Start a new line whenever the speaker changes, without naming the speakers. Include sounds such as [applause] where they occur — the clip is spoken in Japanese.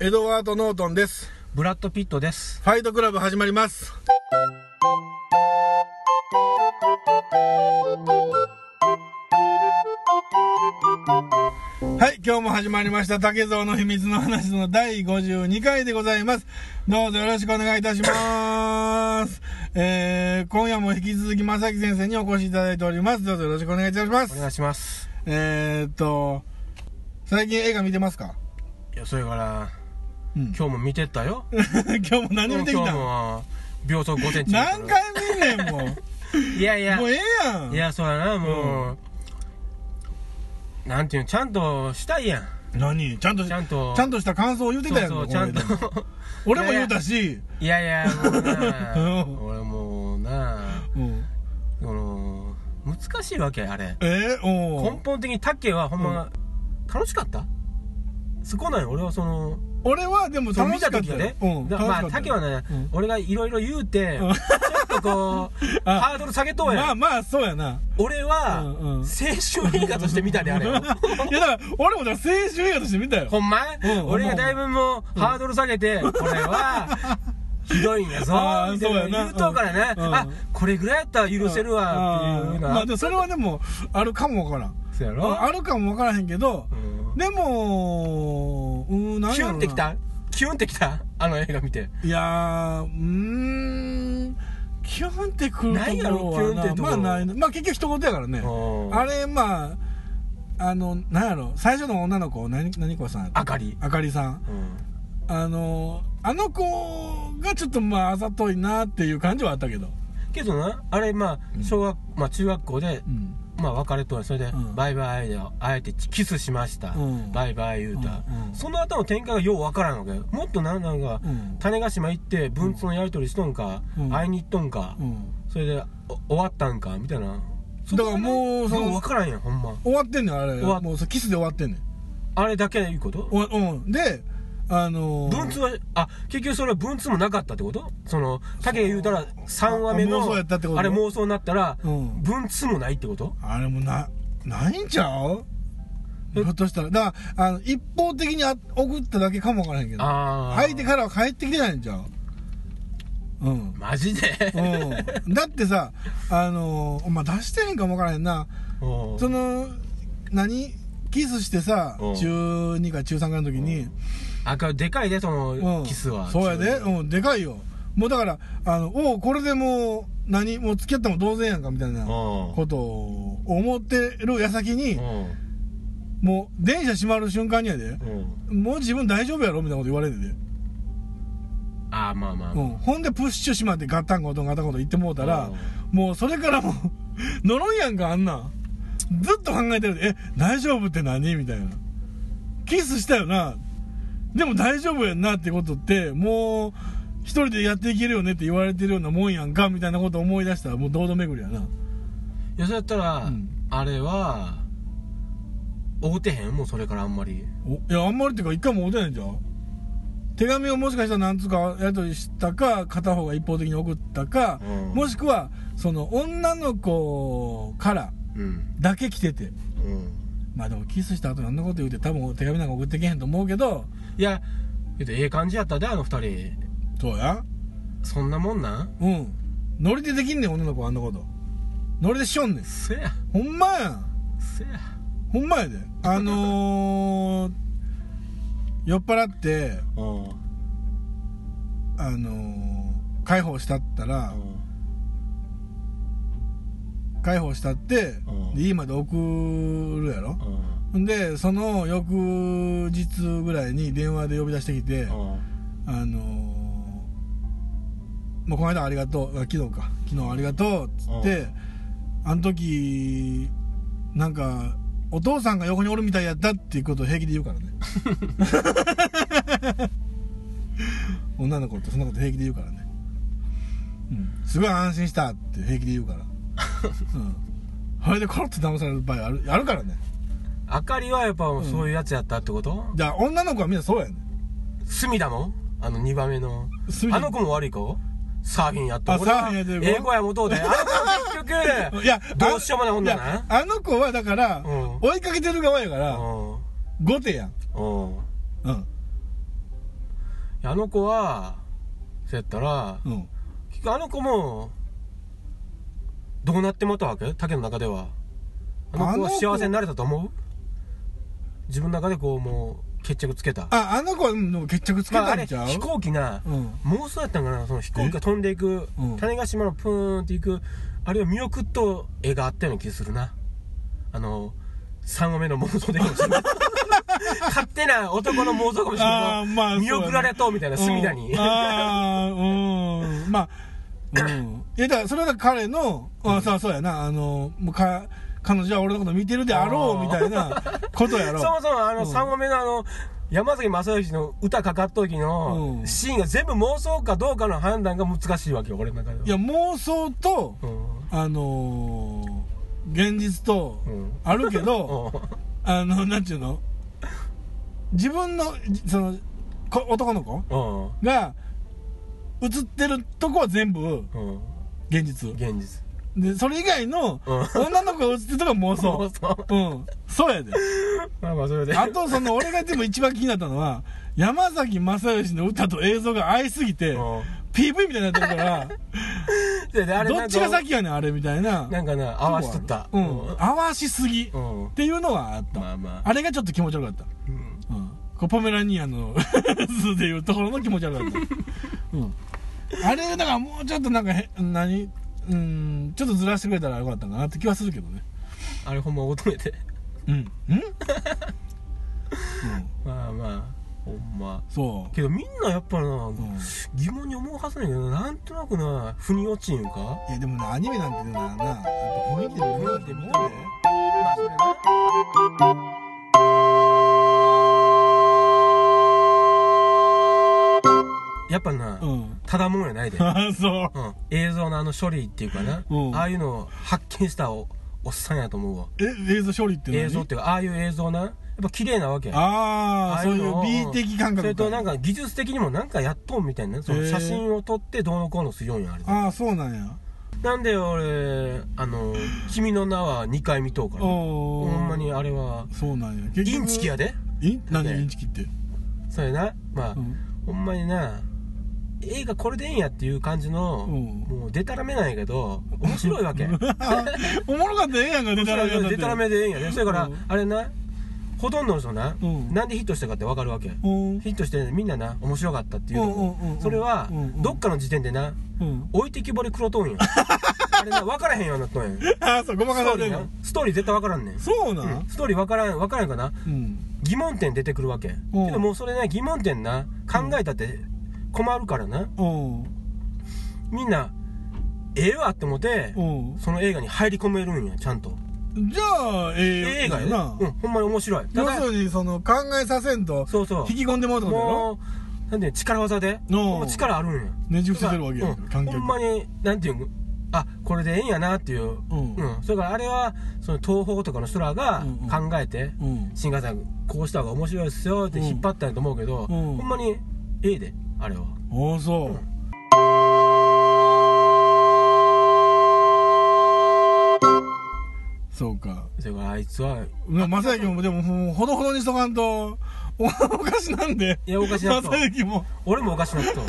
エドワード・ノートンです。
ブラッド・ピットです。
ファイトクラブ始まります。はい、今日も始まりました。竹蔵の秘密の話の第52回でございます。どうぞよろしくお願いいたします。えー、今夜も引き続き正木先生にお越しいただいております。どうぞよろしくお願いいたしま
お
す。
願いします。
えーっと、最近映画見てますか
いや、それから、
うん
今日も見てったよ。
[laughs] 今日も何見てき
今日
たの
も、秒速5センチ。
何回見んねん、もう。
いやいや
もう、ええやん
いや、そうやな、もう、なんていうの、ちゃんとしたいやん。
何ちゃんと
ちゃんと
ちゃんとした感想を言うてた
そう
やんか
そう、ちゃんと [laughs]
この。間俺も言うたし
いやいや、もうな
[laughs] うん、
俺もうな、
うん
その、難しいわけ、あれ。
えー、お
根
う
本的にタケはほんま、楽しかったそこなんよ、俺はその、
俺はでも
そう
楽
見
しか
た
った
時はね、
うん
だからまあ
楽しかった
竹はね、
うん
俺がいろいろ言うて、
うん
ちょっとこう
[laughs] あ
ハードル下げとうやん、
まあまあそうや
[laughs]
な
俺は、
うんうん
青春映画として見たねあれ
い [laughs]
を
やだから俺もだから青春映画として見たよ
ほんま、
うん
俺がだいぶもう、ハードル下げて、これはひどいんやぞ
あー
みたい
そ
な
うやな
言うとうからね、
うん
あこれぐらいやったら許せるわっていう
あーま
な、
あでもそれはでもあるかもわからん
そうやろ
ああるかもわからへんけど
うん
でもうん何
キ
やろな
ュンってきたキュンってきたあの映画見て
いやーうーんキュンってくる
ないや
とこ
ろ
ろは
キュンってとこ
まあないなまあ結局一言やからね
うん
あれまああのなんやろ最初の女の子何何子さんやった
あかり、
あかりさん
うん
あのあの子がちょっとまああざといなっていう感じはあったけど
けどなあれまあ小学、まあ中学校で
うん
まあ別れとはそれで、
うん
バイバイであえてキスしました、
うん
バイバイ言うた、
うんうん
その後の展開がようわからんわけよもっとななんか、
うん
種子島行って文通のやり取りしとんか、
うん
会いに行っとんか、
うん
それでお終わったんかみたいな
だからもうそ
そ
の
う分からんやんほんま
終わってんねんあれ
終わっ
もうそうキスで終わってんねん
あれだけいうこと
おうんであのー
文通はあ結局それは文通もなかったってことその竹が言うたら3話目
あ妄
の
想やったってこと
あれ妄想になったら、
うん
文通もないってこと
あれもなないんちゃうひ
え
ょっとしたらだからあの一方的にあ送っただけかもわからへんけど
ああ
相手からは帰ってきてないんちゃううん
[laughs] マジで
うんだってさあのーまあ出してへんかもわからへんな
[laughs] おう
その何キスしてさ
うん
中2か中3かの時に
あかでかいでその
うん
キスは
そうやでうんでかいよもうだからあのおうこれでもう何もう付き合っても同然やんかみたいな
うん
ことを思ってる矢先に
う
もう電車閉まる瞬間にやで
んうん
もう自分大丈夫やろみたいなこと言われてて
ああまあまあ
う
まあ
ん、ほんでプッシュしまってガタンゴトンガタンゴトン言ってもうたら、もうそれからもう呪いやんかあんなんずっと考えてるえ大丈夫って何みたいなキスしたよなでも大丈夫やんなってことってもう一人でやっていけるよねって言われてるようなもんやんかみたいなこと思い出したらもう堂々巡りやない
やそれやったら、
うん
あれは会うてへんもうそれからあんまり
おいやあんまりっていうか一回も会うてないんじゃん手紙をもしかしたら何つうかやり取りしたか片方が一方的に送ったか、
うん
もしくはその女の子から
うん
だけ来てて
うん
まあでもキスした後にあんなこと言うて多分手紙なんか送ってけへんと思うけど
いやけどええ感じやったであの二人
そうや
そんなもんなん
うんノリでできんねん女の子はあんなことノリでしょんねん
せや
ほんまやん
せや
ほんまやであのー、 [laughs] 酔っ払って
うんうん
あのー、解放したったら解放したって
うん
で家まで送るやろ
うん
んでその翌日ぐらいに電話で呼び出してきて
うん
あのーまあ、この間ありがとう、あ昨日か、昨日ありがとうっつって、あの時、なんか、お父さんが横におるみたいやったっていうことを平気で言うから
[laughs]
ね。女の子ってそんなこと平気で言うからね。うん。すごい安心したって平気で言
[laughs]
うから。うん。それでコロッと騙される場合あるあるからね。
あかりはやっぱそういうやつやったってこと、
じゃあ女の子はみんなそうやねん。
隅田もあの2番目の
隅田
あの子も悪い子サーフィンやっ
あ
た
サーフィンやってる
英語やもと
[laughs]
うであの子も結局
いや、
どうしようもない女
い
な
やあの子はだから、
うん
追いかけてる側やか
う
ら、
ん
後手やん。
うん
うん。
あの子はそうやったら
うん
結局あの子もどうなってもったわけ竹の中ではあの子は
あの子
幸せになれたと思う自分の中でこうもう決着つけた
ああの子はうんでも決着つけ
まあ、
た
あれ
んちゃう、
飛行機が
うん
妄想やったんかなその飛行機が飛んでいく、
うん
種子島のプーンっていくあれを見送っと絵があったような気するなあの3話目の妄想でかもし
[laughs]
れない勝手な男の妄想かもしれな
あ
い
ーまあ
見送られとみたいな隅田に、
うんああうんまあうんいやだからそれは彼のあそうそうやなあのもうか彼女は俺のこと見てるであろ
あー
うみたい
[laughs]
なことやろ
そもそもあの
うん
3話目のあの山崎正義の歌かかった時の
うん
シーンが全部妄想かどうかの判断が難しいわけよ俺の中ではい
や妄想と
うん
あのー現実と
うん
あるけど、
うん
あの、なんちゅうの自分の、じその、こ男の子
うん
が、映ってるとこは全部
うん
現実。
現実
で、それ以外の、
うん
女の子が映ってるとこは妄想。
想
うん。そうやで。
[laughs] まあまあそれで
あと、その、俺がでも一番気になったのは、山崎正義の歌と映像が合いすぎて、
う
PV みたいになってるから、
んで [laughs] であれ
どっちが先やねん、あれみたいな。
なんかな合わしとった
う。
うん
合わしすぎ。っ
んうん
ていうのはあった。
まあまあ
あれがちょっと気持ち悪かった。
うん
うん、こうポメラニアンの [laughs] 図でいうところの気持ち悪かった、
[laughs]
うん、あれだからもうちょっとなんかへ何うんちょっとずらしてくれたらよかったかなって気はするけどね
あれほんま求めて
うんうん、うん、
[laughs] まあまあほんま
そ
けどみんなやっぱな
う、うん、い
疑問に思うはずなんやけどなんとなくな腑に落ちんいうか
やでもなアニメなんてななやっぱ雰囲気で見るってもんで
まあそれなやっぱな、
うん
ただもんやないで、う
ああ [laughs] そ
ん、映像のあの処理っていうかな、
うん
ああいうのを発見したおおっさんやと思うわ
うえ映像処理って何
映像っていうかああいう映像なやっぱ綺麗なわけ
ああそういう
の
美的感覚か
それとなんか技術的にもなんかやっとんみたいなねその
へー
写真を撮ってどうのこうのするようにあれ
ああそうなんや
なんで俺あの「君の名は」2回見とうから
お
ほ
お
んまにあれは
そうなんや結
インチキやで
イン何
ね
インチキって、
それなまあ、
うん
ほんまにな映画これでええんやっていう感じの、
うん
もうでたらめなんやけど面白い
[laughs]
わけ
おもろかったらええやんか、でたらめやったって
でたらめでええんやねそれから、
うん
あれなほとんどの人な、
うん
なんでヒットしたかって分かるわけ
うん。
ヒットしてみんなな面白かったっていうのも
うんうんうんうん
それは
うんうん
どっかの時点でな
うん。
置いてきぼり黒と
[laughs]
んやあれな分からへんようになっとんやんス
ああ、 [laughs] そう、ごまか
ト
さ
ーリ
れ
ー
る
な
の。
ストーリー絶対分からんねん
そうな
うん
ん
ストーリー分からん分からんかな
うん。
疑問点出てくるわけけ
うん
どもうそれね疑問点な考えたって困るからな
うん。
みんなええわって思って
うん。
その映画に入り込めるんやちゃんと
じゃあ、ええ
映
やつ
画
だ
や
よ
ね
な
う。んほんまに面白いた
要
だ
するに、その、考えさせんと、
そうそう
引き込んでもらうってことやろ
もうなんていうの力技で
うん
もう力あるんや
ねじ伏せてるわけや
うんん、
観
ほ
客。
んまになんていうんあこれでええんやなっていう
うん
うん、それからあれはその東宝とかの人ら
う
が
んうん
考えて、
うん。
新幹線こうした方が面白いですよって
うん
引っ張ったんやと思うけど、
うん
ほんまにええであれは
ああ、そう。そうか。
それからあいつは
まあ、正行も、でも、もうほどほどにしとかんと、おおかしなんで。 [laughs]
いやおかしなっと
正行も。
俺もおかしなっと